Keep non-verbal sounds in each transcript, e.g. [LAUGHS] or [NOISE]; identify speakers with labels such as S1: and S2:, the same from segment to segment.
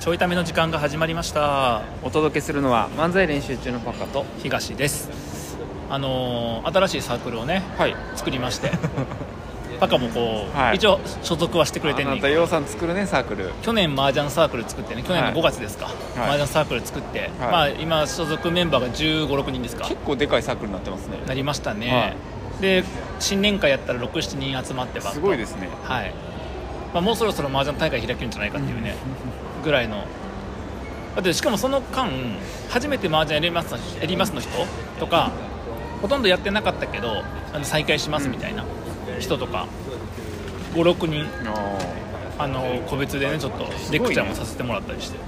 S1: ちょいための時間が始まりました
S2: お届けするのは漫才練習中のパカと
S1: 東ですあのー新しいサークルをね
S2: はい
S1: 作りま
S2: [LAUGHS]
S1: してパカもこう、
S2: はい
S1: 一応所属はしてくれて
S2: あ
S1: んね
S2: なんたようさん作るねサークル
S1: 去年麻雀サークル作ってね去年の5月ですか、
S2: い
S1: 麻雀サークル作って、まあ今所属メンバーが1 5 6人ですか
S2: 結構でかいサークルになってますね
S1: なりましたね、
S2: は
S1: で新年会やったら67人集まってば
S2: すごいですね
S1: はいまあ、もうそろそろ麻雀大会開けるんじゃないかっていうねぐらいのだってしかもその間初めて麻雀やりますのやりますの人とかほとんどやってなかったけどあの再開しますみたいな人とか56人
S2: あ
S1: あの個別でねちょっとレクチャーもさせてもらったりして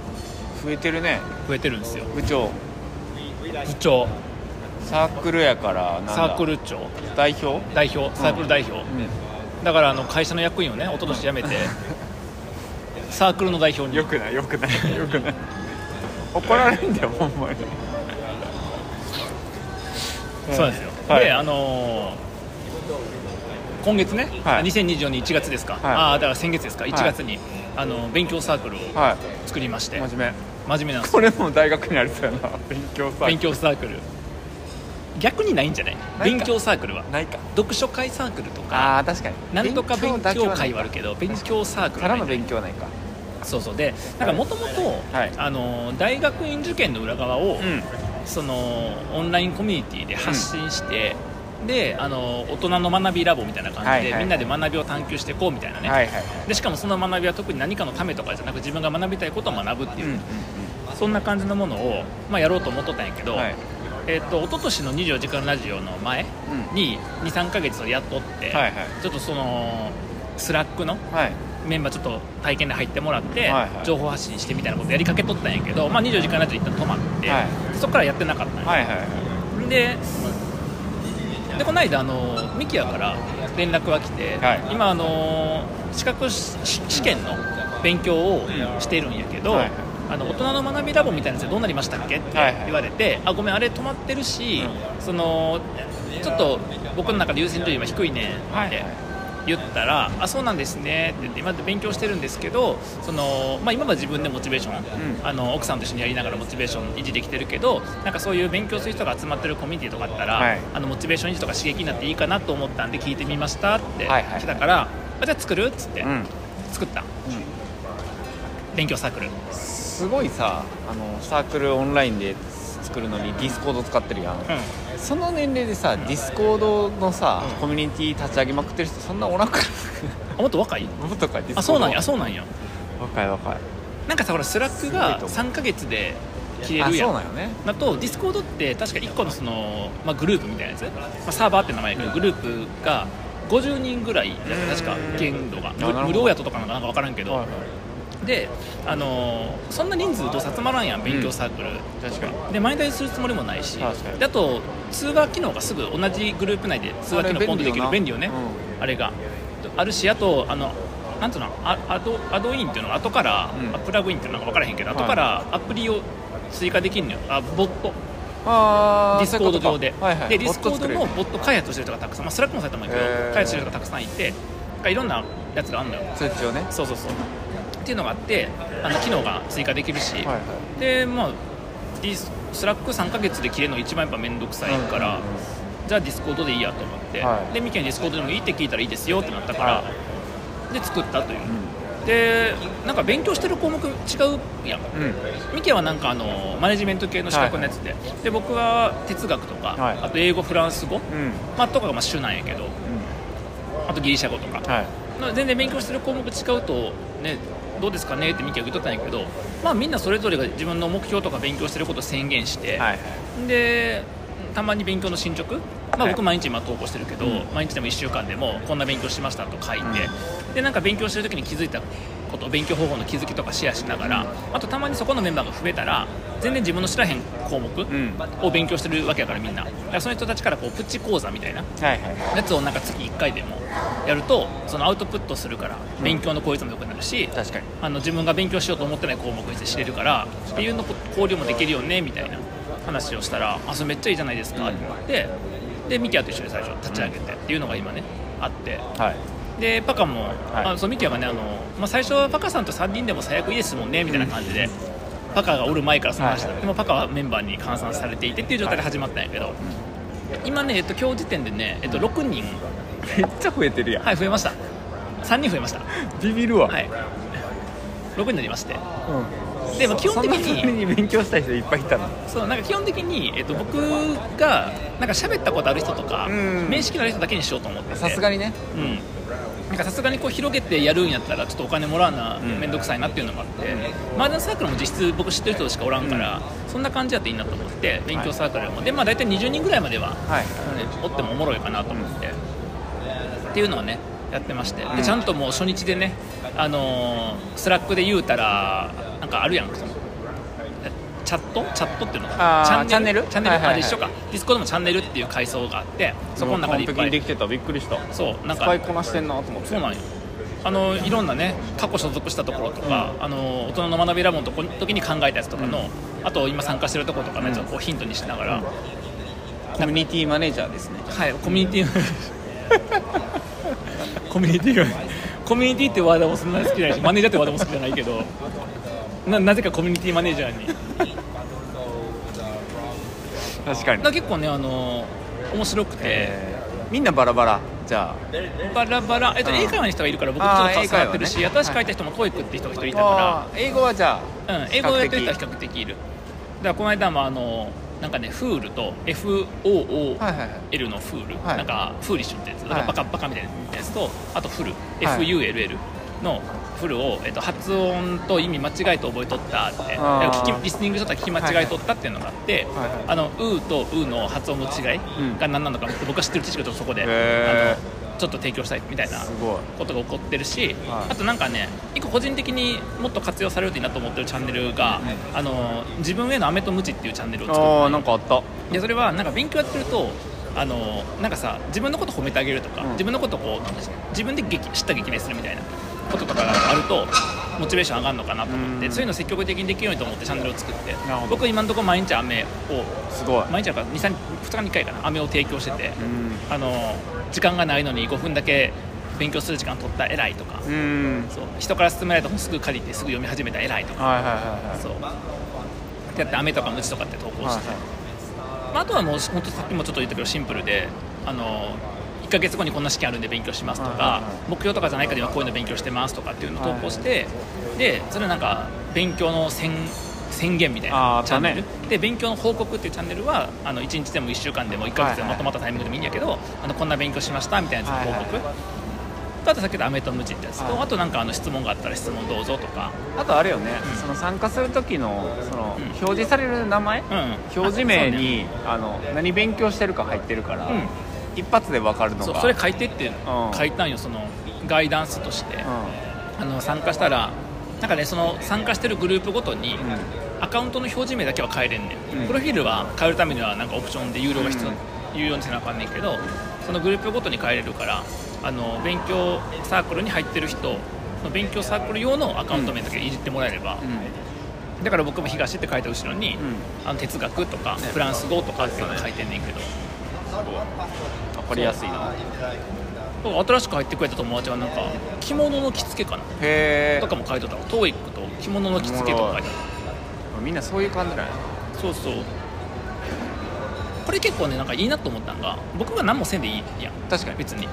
S2: ー増えてるね
S1: 増えてるんですよ
S2: 部長
S1: 部長
S2: サークルやからなんだ
S1: サークル長
S2: 代表
S1: 代表サークル代表、だからあの会社の役員をね一昨年辞 [LAUGHS] めて、サークルの代表に
S2: よくないよく [LAUGHS] ないよくない怒られるんだよほんまに [LAUGHS]
S1: そうなんですよ、
S2: はい
S1: であのー今月ね、
S2: はい
S1: 2024年1月ですか、ああだから先月ですか1月に、あの勉強サークルを
S2: は
S1: 作りまして、
S2: い真面目
S1: 真面目なんですよ
S2: これも大学にありそうやな勉強サー
S1: 勉
S2: ク
S1: 強サークル逆にないんじゃない
S2: ないか
S1: 勉強サークルは
S2: ルないか
S1: 読書会サークルとか
S2: あー確かに
S1: なんとか勉
S2: だけ
S1: 強
S2: な
S1: 会
S2: い
S1: はあるけど勉強サークル
S2: た
S1: はな
S2: だ
S1: い
S2: の勉強はないか
S1: そうそうでなんかもともと
S2: はい
S1: 大学院受験の裏側を、
S2: うん
S1: そのオンラインコミュニティで発信して、であの大人の学びラボみたいな感じで、
S2: はいはいはい
S1: みんなで学びを探求していこうみたいなね、
S2: はいはい
S1: でしかもその学びは特に何かのためとかじゃなく自分が学びたいことを学ぶっていうう、
S2: んうん
S1: そんな感じのものを、まあ、やろうと思っとったんやけど、
S2: はい
S1: えっと一昨年の『24時間ラジオ』の前に23か月やっとって、
S2: はいはい
S1: ちょっとそのスラックの
S2: はい
S1: メンバーちょっと体験で入ってもらって、
S2: はいはい
S1: 情報発信してみたいなことやりかけとったんやけど、まあ、24時間ラジオ一旦止まって、
S2: は
S1: そこからやってなかったんや、
S2: はいはいはい
S1: ででこの間あのミキヤから連絡が来て、
S2: はい
S1: 今あの資格し試験の勉強をしてるんやけど、
S2: はい
S1: あの大人の学びラボみたいなやつでどうなりましたっけって
S2: はいはい
S1: 言われて、あごめんあれ止まってるし、そのちょっと僕の中で優先順位は低いねって、
S2: はいはい
S1: 言ったら「あそうなんですね」って言って今勉強してるんですけどその、まあ、今は自分でモチベーション、
S2: う
S1: あの奥さんと一緒にやりながらモチベーション維持できてるけどなんかそういう勉強する人が集まってるコミュニティとかあったら、
S2: はい
S1: あのモチベーション維持とか刺激になっていいかなと思ったんで聞いてみましたって
S2: はいはいはい
S1: 来たから「あじゃあ作る?」っつって、
S2: うん
S1: 作った勉強サークル
S2: すごいさあのサークルオンラインで作るのにディスコード使ってるやん、
S1: う
S2: その年齢でさディスコードのさ、コミュニティ立ち上げまくってる人そんなおらんから [LAUGHS]
S1: んあもっと若い
S2: もっとかディスコード
S1: あそうなんやあそうなんや
S2: 若い若い
S1: なんかさほらスラックが
S2: すごいと
S1: 3ヶ月で切れ
S2: あ
S1: るや
S2: そ
S1: ん
S2: うなんよね
S1: だとディスコードって確か1個のその、まあ、グループみたいなやつ、まあ、サーバーって名前やけどグループが50人ぐらいやった確か限度が
S2: なるほど
S1: 無無料やったとかなんかなんか分からんけど、
S2: はいは
S1: で、あのーそんな人数と集まらんやん勉強サークル、
S2: 確かに
S1: で毎回するつもりもないし
S2: 確かに
S1: であと通話機能がすぐ同じグループ内で通話機能ポンとできる
S2: あれ
S1: 便利
S2: 便利
S1: よ
S2: よ
S1: ね
S2: な
S1: あれがあるしあとあのなんつうのあアドアドインっていうのが後から、
S2: うん
S1: あプラグインっていうのが分からへんけど
S2: はい
S1: 後からアプリを追加できるのよあボット
S2: あ
S1: ディスコード上で、
S2: はいはい、
S1: でディスコードの
S2: ボ
S1: ボッ
S2: ット作れる
S1: ト開発してる人がたくさん、まあ、スラックもされたもんやけど、
S2: へー
S1: 開発してる人がたくさんいてなんかいろんなやつがあるのよ
S2: 通知をね
S1: そうそうそうっていうのがあってあの機能が追加できるし、
S2: はいはい
S1: でまあディススラック3ヶ月で切れるの一番やっぱ面倒くさいから、
S2: うんうんうん
S1: じゃあディスコードでいいやと思って、
S2: はい
S1: でミケにディスコードでもいいって聞いたらいいですよってなったから、
S2: は
S1: で作ったという、
S2: う
S1: でなんか勉強してる項目違うやん
S2: ん、うん、
S1: ミケはなんかあのマネジメント系の資格のやつで,、で僕は哲学とか、
S2: はい
S1: あと英語フランス語、
S2: うん
S1: まあ、とかがまあ主なんやけどあとギリシャ語とか、
S2: はい
S1: まあ全然勉強してる項目違うとねどうですかねってミケは言っとったんやけど、まあ、みんなそれぞれが自分の目標とか勉強してることを宣言して、
S2: はいはい
S1: でたまに勉強の進捗、まあ、
S2: はい
S1: 僕毎日今投稿してるけど、
S2: うん
S1: 毎日でも1週間でもこんな勉強しましたと書いて、でなんか勉強してる時に気づいたこと勉強方法の気づきとかシェアしながらあとたまにそこのメンバーが増えたら全然自分の知らへん項目
S2: ん
S1: を勉強してるわけやからみんなだからその人たちからこうプチ講座みたいな
S2: はいはい
S1: やつをなんか月1回でもやるとそのアウトプットするから勉強の効率も良くなるし、
S2: 確かに
S1: あの自分が勉強しようと思ってない項目にして知れるからっていうのこ交流もできるよねみたいな話をしたら「あそれめっちゃいいじゃないですか」ってなってでミキアと一緒に最初立ち上げてっていうのが今ねあって
S2: はい
S1: でパカも、
S2: はい
S1: あそうミキヤがねあの、まあ、最初はパカさんと3人でも最悪いいですもんねみたいな感じで、パカがおる前からその話だ、
S2: はい
S1: でもパカはメンバーに換算されていてっていう状態で始まったんやけど、今ね、えっと、今日時点でね、えっと、6人
S2: めっちゃ増えてるやん、
S1: はい増えました3人増えました
S2: ビビるわ、
S1: はい6人になりまして
S2: うん
S1: でも基本的に
S2: そのために勉強した人いっぱいいたの
S1: そうなんか基本的に、えっと、僕がなんか喋ったことある人とか、
S2: うん
S1: 面識のある人だけにしようと思ってて
S2: さすがにね
S1: うんなんかさすがにこう広げてやるんやったらちょっとお金もらわな
S2: うん
S1: 面倒くさいなっていうのもあって、マージャンサークルも実質僕知ってる人しかおらんから、そんな感じやっていいなと思って勉強サークルも、でまあ大体20人ぐらいまでは、
S2: はい
S1: おってもおもろいかなと思って、っていうのはねやってまして、
S2: うん
S1: でちゃんともう初日でねあのースラックで言うたらなんかあるやんそのえチャットチャットっていうの
S2: あー
S1: チャンネル
S2: チャンネル
S1: あ
S2: はいはいはい
S1: れ一緒かディスコードもチャンネルっていう階層があってそこの中でいっ
S2: 完
S1: ぱ
S2: 璧にで
S1: い
S2: きてたびっくりした
S1: そうなんか
S2: 使いこなしてんなと思って
S1: そうなんよあのいろんなね過去所属したところとか、あの大人の学びラボのとこ時に考えたやつとかの、あと今参加してるところとかね、
S2: うん
S1: ちょっとこうヒントにしながら、
S2: コミュニティマネージャーですね
S1: はいコミュニティコミュニティコミュニティってワードもそんなに好きじゃないしマネージャーってワードも好きじゃないけどななぜかコミュニティマネージャーに
S2: 確かに
S1: な結構ねあの面白くて、
S2: えーみんなバラバラじゃ
S1: バラバラ、えっと、
S2: うん
S1: 英会話の人がいるから僕ちょ
S2: あー
S1: っと関わってるし、
S2: 英会話ね
S1: 新しく入った人も TOEIC って人が一人い
S2: あ
S1: たから
S2: あー英語はじゃあ
S1: うん、英語をやってる人は比較的いるだからこの間もあのなんかねフールと FOOL
S2: はいはいはい
S1: のフール、
S2: はい
S1: なんかフーリッシュってやつ、なんかバカバカみたいなやつとあとフル、
S2: はい
S1: FULL のフルを、えっと、発音と意味間違えて覚えとったって
S2: あー
S1: 聞きリスニングしとったら聞き間違えとったっていうのがあって、
S2: はいはい
S1: あの「う」と「う」の発音の違いが何なのかって僕は知ってる知識をちょっとそこで、
S2: へ
S1: あのちょっと提供したいみたいな
S2: すごい
S1: ことが起こってるし、
S2: はい
S1: あとなんかね一個個人的にもっと活用されるといいなと思ってるチャンネルが、あの自分への飴とムチっていうチャンネルを作
S2: ああーなんかあった
S1: ってでそれはなんか勉強やってるとあのなんかさ自分のこと褒めてあげるとか、
S2: うん
S1: 自分のことこう自分で激知った激励するみたいなこととかがあるとモチベーション上がるのかなと思っ
S2: う
S1: て
S2: ん
S1: そういうの積極的にできるようにと思ってチャンネルを作って
S2: なるほど
S1: 僕今のところ毎日飴を
S2: すごい
S1: 毎日だから2 3 2日に1回かな飴を提供してて。
S2: うん
S1: あの時間がないのに5分だけ勉強する時間取った偉いとか、
S2: うん
S1: そう人から勧められた本すぐ借りてすぐ読み始めた偉いとか、
S2: はいはいはいはい
S1: そうやって雨とかムチとかって投稿
S2: はい
S1: して、まあ、あとはもう本当さっきもちょっと言ったけどシンプルであの1ヶ月後にこんな試験あるんで勉強しますとか、
S2: はいはいはい
S1: 目標とかじゃないけど今こういうの勉強してますとかっていうのを投稿して、でそれなんか勉強の宣宣言みたい
S2: あーあ
S1: な
S2: っ
S1: チャ
S2: た
S1: ン
S2: ね
S1: ネル、で勉強の報告っていうチャンネルはあの1日でも1週間でも1ヶ月でもま
S2: はいはい
S1: とまったタイミングでもいいんやけど、あのこんな勉強しましたみたいなやつの報告、
S2: はいは
S1: あとさっき言った「アメとムチ」ってやつと、
S2: はい
S1: あとなんかあの質問があったら質問どうぞとか、
S2: あとあれよね、
S1: うん
S2: その参加する時のその
S1: うん
S2: 表示される名前、
S1: うん、
S2: 表示名にあの何勉強してるか入ってるから、
S1: うん
S2: 一発で分かるの
S1: そう,、
S2: が
S1: それ書いてって書いたんよそのガイダンスとして。
S2: う
S1: あの参加したらなんかねその参加してるグループごとに、
S2: んうん
S1: アカウントの表示名だけは変えれんねん、
S2: うん
S1: プロフィールは変えるためにはなんかオプションで有料が必要、
S2: うん
S1: 有料にせなあかんねんけどそのグループごとに変えれるからあの勉強サークルに入ってる人の勉強サークル用のアカウント名だけいじってもらえれば、だから僕も東って書いた後ろに、あの哲学とか、フランス語とかっていうの書いてんねんけど、
S2: 分かりやすいな
S1: 新しく入ってくれた友達はなんか着物の着付けかな
S2: へえ
S1: とかも書いてたわ TOEIC と着物の着付けとか書いてあった
S2: みんなそういう感じなんや
S1: そうそうこれ結構ねなんかいいなと思ったのが僕が何もせんでいいやん
S2: 確かに
S1: 別に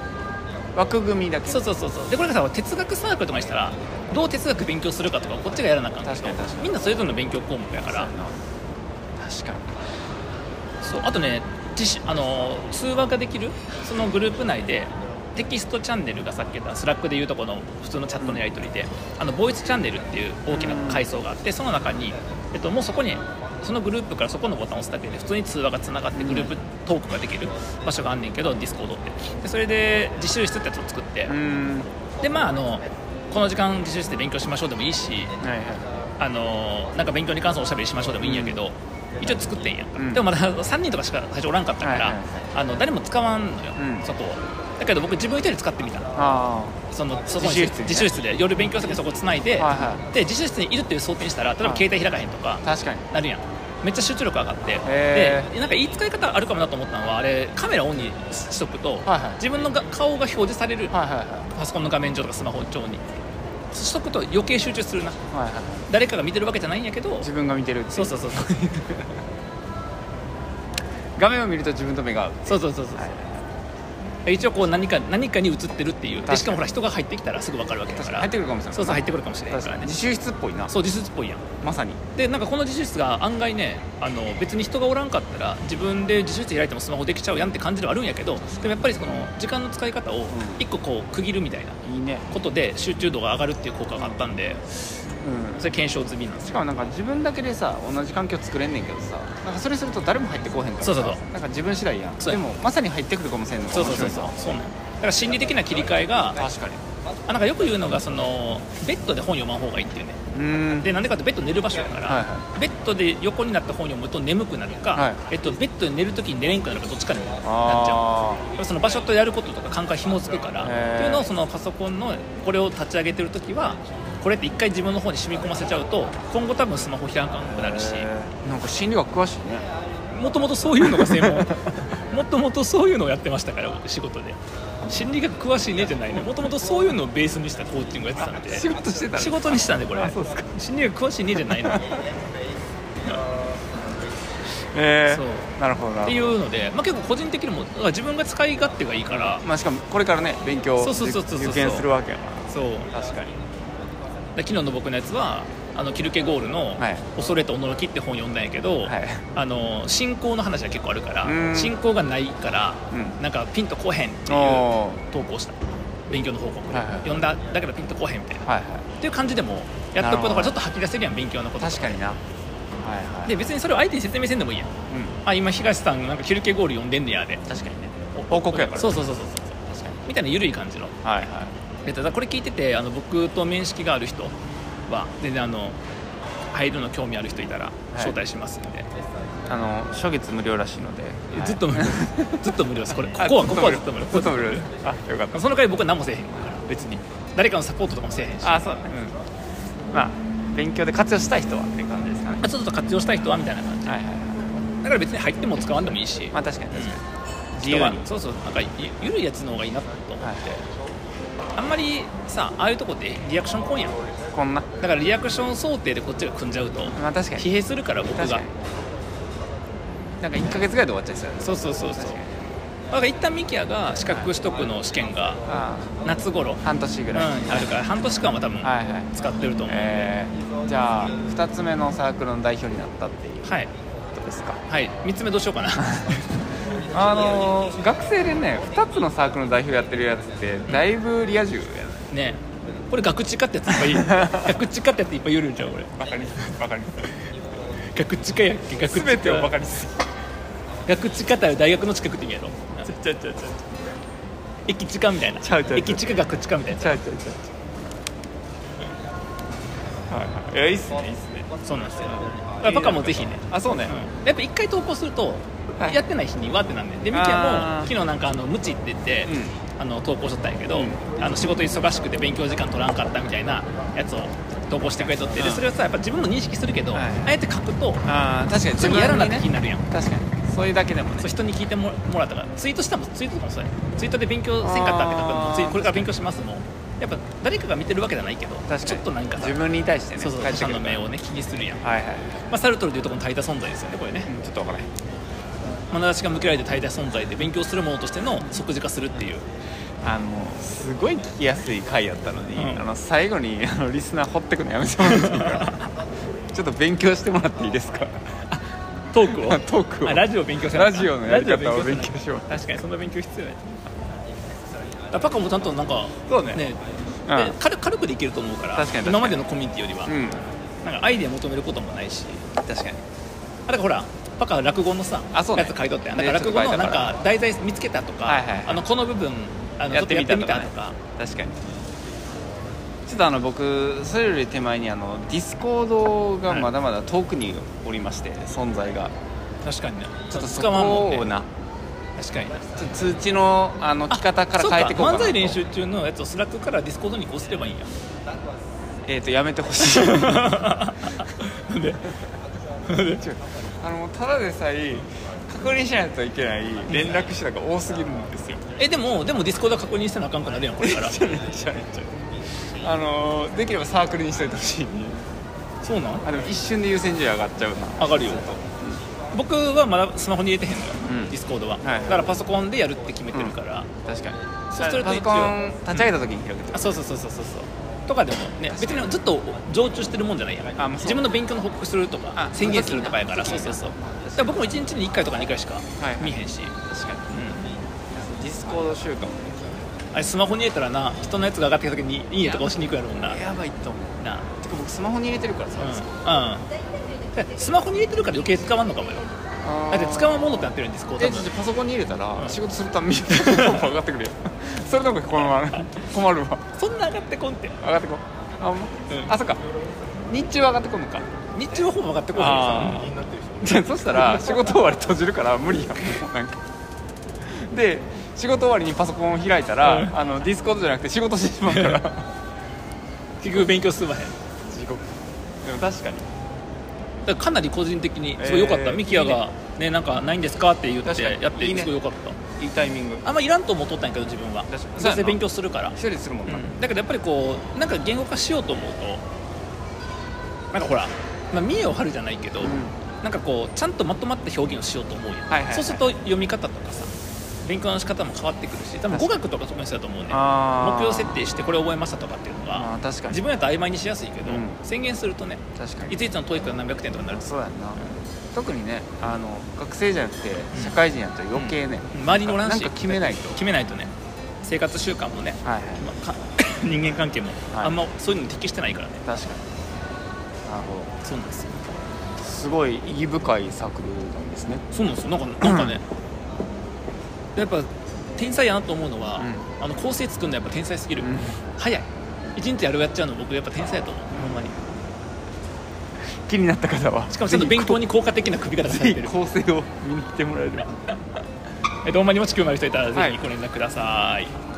S2: 枠組みだけ
S1: そうそうそうそうでこれがさ哲学サークルとかにしたらどう哲学勉強するかとかこっちがやらなあかんけど
S2: 確かに確かに
S1: みんなそれぞれの勉強項目やから
S2: 確か
S1: そうあとね知識あのー通話ができるそのグループ内でテキストチャンネルがさっき言ったスラックでいうとこの普通のチャットのやり取りで、あのボイスチャンネルっていう大きな階層があってその中に、えっと、もうそこにそのグループからそこのボタンを押すだけで普通に通話がつながってグループトークができる場所があんねんけどディスコードってでそれで自習室ってやつを作って
S2: にうん
S1: でまああのこの時間自習室で勉強しましょうでもいいし
S2: はいは
S1: あのなんか勉強に関するおしゃべりしましょうでもいいんやけど、一応作ってんやんか、
S2: うん
S1: でもまだ3人とかしか最初おらんかったから、
S2: はいはいはい
S1: あの誰も使わんのよ、
S2: うん
S1: そこをだけど僕自分一人で使ってみたの
S2: あ
S1: そのそこ
S2: 自習室にね
S1: 自習室で夜勉強先そこつないで、
S2: はいは
S1: で自習室にいるっていう想定にしたら例えば携帯開かへんとか
S2: あ確かに
S1: なるやんめっちゃ集中力上がって
S2: へ
S1: で
S2: ー
S1: なんかいい使い方あるかもなと思ったのはあれカメラオンにしとくと、
S2: はいはい
S1: 自分のが顔が表示される
S2: はいはいはい
S1: パソコンの画面上とかスマホ上にしとくと余計集中するな
S2: はいはい
S1: 誰かが見てるわけじゃないんやけど
S2: 自分が見てるってい
S1: そうそうそうそう
S2: 画面を見ると自分と目が合う
S1: そうそうそうそう、一応こう何か何かに映ってるっていう
S2: か
S1: で
S2: に
S1: しかもほら人が入ってきたらすぐ分かるわけだ
S2: 確
S1: か
S2: か
S1: ら
S2: に入ってくるかもしれない
S1: そうそう入ってくるかもしれない
S2: 確
S1: か
S2: からに
S1: ね
S2: 自習室っぽいな
S1: そう自室っぽいやん
S2: まさに
S1: でなんかこの自習室が案外ねあの別に人がおらんかったら自分で自習室開いてもスマホできちゃうやんって感じではあるんやけどでもやっぱりその時間の使い方を一個こう区切るみたいない
S2: いね
S1: ことで集中度が上がるっていう効果があったんで
S2: うん
S1: それ検証済みなんです
S2: し
S1: よ
S2: かもなんか自分だけでさ同じ環境作れんねんけどさなんかそれすると誰も入ってこうへんから
S1: そ
S2: さ
S1: うそうそう
S2: なんか自分次第やん
S1: そう
S2: で
S1: や
S2: もまさに入ってくるかもしれんのが
S1: そうそうそう
S2: 面
S1: そう
S2: 白い
S1: そうなんよだから心理的な切り替えが
S2: な確かに
S1: あなんかよく言うのがそのベッドで本読まん方がいいっていうね
S2: うーん
S1: でなんでかってベッド寝る場所だから、
S2: はいは
S1: ベッドで横になった本読むと眠くなるか、
S2: はい
S1: えっと、ベッドで寝るときに寝れんくなるかどっちかになっちゃう
S2: あ
S1: やっぱその場所とやることとか感覚紐づくからっ
S2: へ
S1: て
S2: ー
S1: いうのをそのパソコンのこれを立ち上げてるときはこれって一回自分の方に染み込ませちゃうと今後多分スマホ開かなくなるし
S2: あなんか心理学詳しいね
S1: もともとそういうのが専門
S2: [LAUGHS]
S1: もともとそういうのをやってましたから僕仕事で心理学詳しいねじゃないのもともとそういうのをベースにしたコーチングをやってたんで
S2: 仕事してたの
S1: 仕事にしたんでこれ
S2: あそうですか
S1: 心理学詳しいねじゃないのっ
S2: え
S1: そう
S2: ーなるほどな
S1: て
S2: る
S1: い
S2: ほ
S1: うので、まあ、結構個人的にもだから自分が使い勝手がいいから
S2: どまあしかもこれからね勉強
S1: そうそうそうそうそう
S2: 受験するわけやか
S1: そうだから
S2: 確かに
S1: 昨日の僕のやつはあのキルケゴールの
S2: はい
S1: 「恐れと驚き」って本読んだんやけど、
S2: はい
S1: あの信仰の話が結構あるか
S2: うん
S1: ら信仰がないから、
S2: うん
S1: なんかピンとこへんっていう
S2: おー
S1: 投稿した勉強の報告で、
S2: はいはい
S1: 読んだだけどピンとこへんみたいな、
S2: はいは
S1: っていう感じでもやっとくこと
S2: なるほど
S1: からちょっと吐き出せるやん勉強のこ
S2: い
S1: と
S2: 確かになはいはい
S1: で別にそれを相手に説明せんでもいいやん
S2: う
S1: あ今東さんなんかキルケゴール読んでんねやで
S2: ん確かにね報告やから
S1: そう
S2: う
S1: そうそうそうそう
S2: 確かに
S1: みたいな緩い感じの
S2: はいはい
S1: えっとだからこれ聞いててあの僕と面識がある人は全然あの入るの興味ある人いたら招待しますんで、
S2: あの初月無料らしいので、
S1: ず
S2: [LAUGHS]
S1: っと無料ですずっと無料ですこれこ
S2: あ
S1: こはここはずっと無料
S2: ずっと無料ですあよかった
S1: その代わり僕は何もせえへんから
S2: 別に
S1: 誰かのサポートとかもせえへんし
S2: あそうだねうんまあ勉強で活用したい人はっていう感じですかね
S1: あちょっと活用したい人はみたいな感じ
S2: はいはいはい
S1: だから別に入っても使わんでもいいし、
S2: まあ確かに確かに自由
S1: 人
S2: に
S1: はそうそうなんかゆゆるいやつの方がいいなと思って、
S2: はい
S1: あんまりさああいうとこってリアクションこんやん
S2: こんな
S1: だからリアクション想定でこっちが組んじゃうと
S2: まあ確かに
S1: 疲弊するから僕
S2: 確か
S1: が
S2: になんか1か月ぐらいで終わっちゃいそうやね
S1: そうそうそうそう
S2: 確かに
S1: だから一旦ミキヤが資格取得の試験が
S2: あ
S1: 夏頃、
S2: あ半年ぐ
S1: うん、
S2: らい、
S1: あるから半年間は多分
S2: はいはい
S1: 使ってると思う、
S2: えー、じゃあ2つ目のサークルの代表になったっていう
S1: はい
S2: ことですか
S1: はい3つ目どうしよう
S2: [LAUGHS]
S1: かな
S2: あのー学生でね2つのサークルの代表やってるやつってだいぶリア充やね
S1: ねこれ学知かってやつい
S2: [LAUGHS]
S1: っぱい学知かってやついっぱい言うんちゃうこれ
S2: バカにバカに
S1: 学知かやっけ学知か
S2: カにする
S1: 学知かったら大学の近くって意味やろ
S2: ちゃうちゃうちゃう
S1: 駅地下みたいな
S2: ちゃうちゃうちゃう
S1: 駅地下学地下みたいな
S2: ちゃうちゃうちゃうはいはいいやいいっすねいいっすね
S1: そうなんですよだからパカもぜひね、
S2: あそうね、
S1: うんやっぱ一回投稿すると
S2: はい
S1: やってない日にわってなんででミキヤ
S2: あー
S1: も昨日なんかあの無知って言って、あの投稿しとったんやけど、あの仕事忙しくて勉強時間取らんかったみたいなやつを投稿してくれとって
S2: う
S1: で
S2: ん
S1: それをさやっぱ自分も認識するけど、
S2: はい
S1: あえて書くと
S2: ああ確かに
S1: 次やらなって
S2: ね
S1: 気になるやん、
S2: 確かにそういうだけでもね
S1: そう人に聞いてももらったからツイートしたもツイートとかもそうやねツイートで勉強せんかったって書くの
S2: あ
S1: も
S2: ー
S1: ツイこれから勉強しますもんやっぱ誰かが見てるわけじゃないけど
S2: 確かに
S1: ちょっとなんかさ
S2: 自分に対してね
S1: そうそう
S2: 返
S1: 他
S2: して
S1: 者
S2: くる
S1: の目をね気にするやん、ま
S2: はいはい、
S1: あ、サルトルでいうとこの多多存在ですよねこれね
S2: うん、ちょっと分からへん
S1: 眼差しが向けられて多多存在で勉強するものとしての即時化するっていう
S2: あのすごい聞きやすい回やったのに、
S1: うん
S2: あの最後にあのリスナー掘ってくのやめてもらっていいか [LAUGHS] なちょっと勉強してもらっていいですか
S1: トークを
S2: [LAUGHS] トークを
S1: あラジオ勉強せなあ
S2: ラ
S1: かん
S2: ジオのやり
S1: ラジ
S2: 方
S1: オ
S2: を
S1: 勉
S2: 勉
S1: 強せな
S2: 強しよう
S1: あかん確かにそんな勉強必要やねだパカもちゃんとなんか
S2: そうね
S1: ね、
S2: うん
S1: で軽軽くでいけると思うから
S2: 確かに確かに
S1: 今までのコミュニティよりは、
S2: うん
S1: なんかアイデア求めることもないし
S2: 確かに
S1: あだからほらパカは落語のさ
S2: あそうね
S1: やつ書いとったやんだ
S2: ね
S1: から落語
S2: ちょ
S1: の
S2: っ
S1: な
S2: と書
S1: いん
S2: たから
S1: か題材見つけたとか、
S2: はいはいはい
S1: あのこの部分あの
S2: やってみた
S1: ちょ
S2: と
S1: っと
S2: か,、
S1: やっ
S2: ね
S1: てみ、たとか
S2: 確かにちょっとあの僕それより手前にあのディスコードがまだまだ遠くにおりまして、存在が
S1: 確かにね
S2: ちょっとそ
S1: 捕まんもん
S2: こ
S1: ね
S2: をな
S1: 確かにな
S2: ちょっと通知のあの来方から変えていこうかな
S1: そ
S2: と
S1: 漫才練習中のやつをスラックからディスコードに移行すればいい [LAUGHS] んや
S2: [LAUGHS] えっ、とやめてほしい
S1: なんでなんで
S2: あのただでさえ確認しないといけない連絡手段が多すぎるんですよ
S1: えでもでもディスコード確認してなあかんくなるやんこれから
S2: めちゃめちゃ [LAUGHS] あのできればサークルにしといてほしい
S1: [LAUGHS] そうなん
S2: あでも一瞬で優先順位上がっちゃうな
S1: 上がるよ僕はまだスマホに入れてへんのよ、
S2: うん
S1: ディスコードは、
S2: いはい
S1: だからパソコンでやるって決めてるから、
S2: 確かに
S1: そうすると
S2: パ
S1: 一
S2: ソ
S1: 応
S2: コン立ち上げた時に開くって
S1: あそうそうそうそうそうそうとかでもね別にずっと常駐してるもんじゃないやん
S2: あまあそう
S1: 自分の勉強の報告するとか
S2: あ
S1: 宣言するとかやから
S2: そ
S1: そうう
S2: そ
S1: そうう
S2: そ
S1: そううだから僕も1日に1回とか2回しか
S2: いはい
S1: 見へんし、
S2: 確かにディスコード習慣も
S1: うん、あれスマホに入れたらな人のやつが上がってきた時に「いいね」とか押しにくいやろうな
S2: やばいと思う
S1: な
S2: てか僕スマホに入れてるからさ、
S1: うん、うん、スマホに入れてるから余計使わんのかもよ
S2: あ
S1: だって使わんものってなってるんですこう多
S2: え
S1: 分
S2: ちょっとパソコンに入れたら、
S1: ん
S2: 仕事するたんびに [LAUGHS] 上がってくるよそれの方がこのまま困るわ
S1: そんな上がってこんって
S2: 上がってこあ,、
S1: うん
S2: あそっか日中は上がってこんのか
S1: 日中の方も上がってこん
S2: あ
S1: よ
S2: じゃあそした [LAUGHS] ら仕事終わり閉じるから無理やんなんかで仕事終わりにパソコンを開いたら、
S1: うん
S2: あのディスコードじゃなくて仕事してしまうから
S1: 結局勉強進まへんだか
S2: [LAUGHS] 地獄でも確かに
S1: らかなり個人的にすごい良かった、
S2: えー
S1: ミキヤがねなんかないんですかって言って
S2: 確かに
S1: やって
S2: いいね
S1: すごい良かった
S2: いいタイミング
S1: あんまいらんと思っとったんやけど自分は
S2: 確かに
S1: そして勉強するから
S2: 一人でするもんな、
S1: だけどやっぱりこうなんか言語化しようと思うとなんかほら、まあ、見栄を張るじゃないけど、なんかこうちゃんとまとまった表現をしようと思うよ、
S2: はいはいはい
S1: そうすると読み方とかさ勉強の仕方も変わってくるし多分語学とか特にそうだと思うね
S2: あー
S1: 目標設定してこれ覚えましたとかっていうの
S2: あ
S1: が
S2: ー確か
S1: 自
S2: に
S1: 分やと曖昧にしやすいけど、
S2: うん
S1: 宣言するとね
S2: 確かに
S1: いついつの TOEIC が何百点とかになる
S2: そうやんな特にねあの学生じゃなくて社会人やったら余計ね、
S1: うん周りにおらん
S2: なん
S1: し
S2: か決めないと
S1: 決めないとね生活習慣もね、
S2: はいはい
S1: まあか [COUGHS] 人間関係も
S2: はい
S1: あんまそういうのに適してないからね、
S2: 確かになるほ
S1: そうなんですよ
S2: どすごい意義深いサークルなんですね
S1: そうなんですよなんかなんかねやっぱ天才やなと思うのは、あの構成作るのやっぱ天才すぎる、
S2: うん
S1: 早い一日やるやっちゃうの僕やっぱ天才やと思うほんまに
S2: 気になった方は
S1: しかもちょっと勉強
S2: に
S1: に効果的な組み方され
S2: ぜ
S1: て
S2: ひ
S1: る
S2: 構成を見に来てもらえる
S1: えっとほんまにもし興味ある人いたらぜひご連絡ください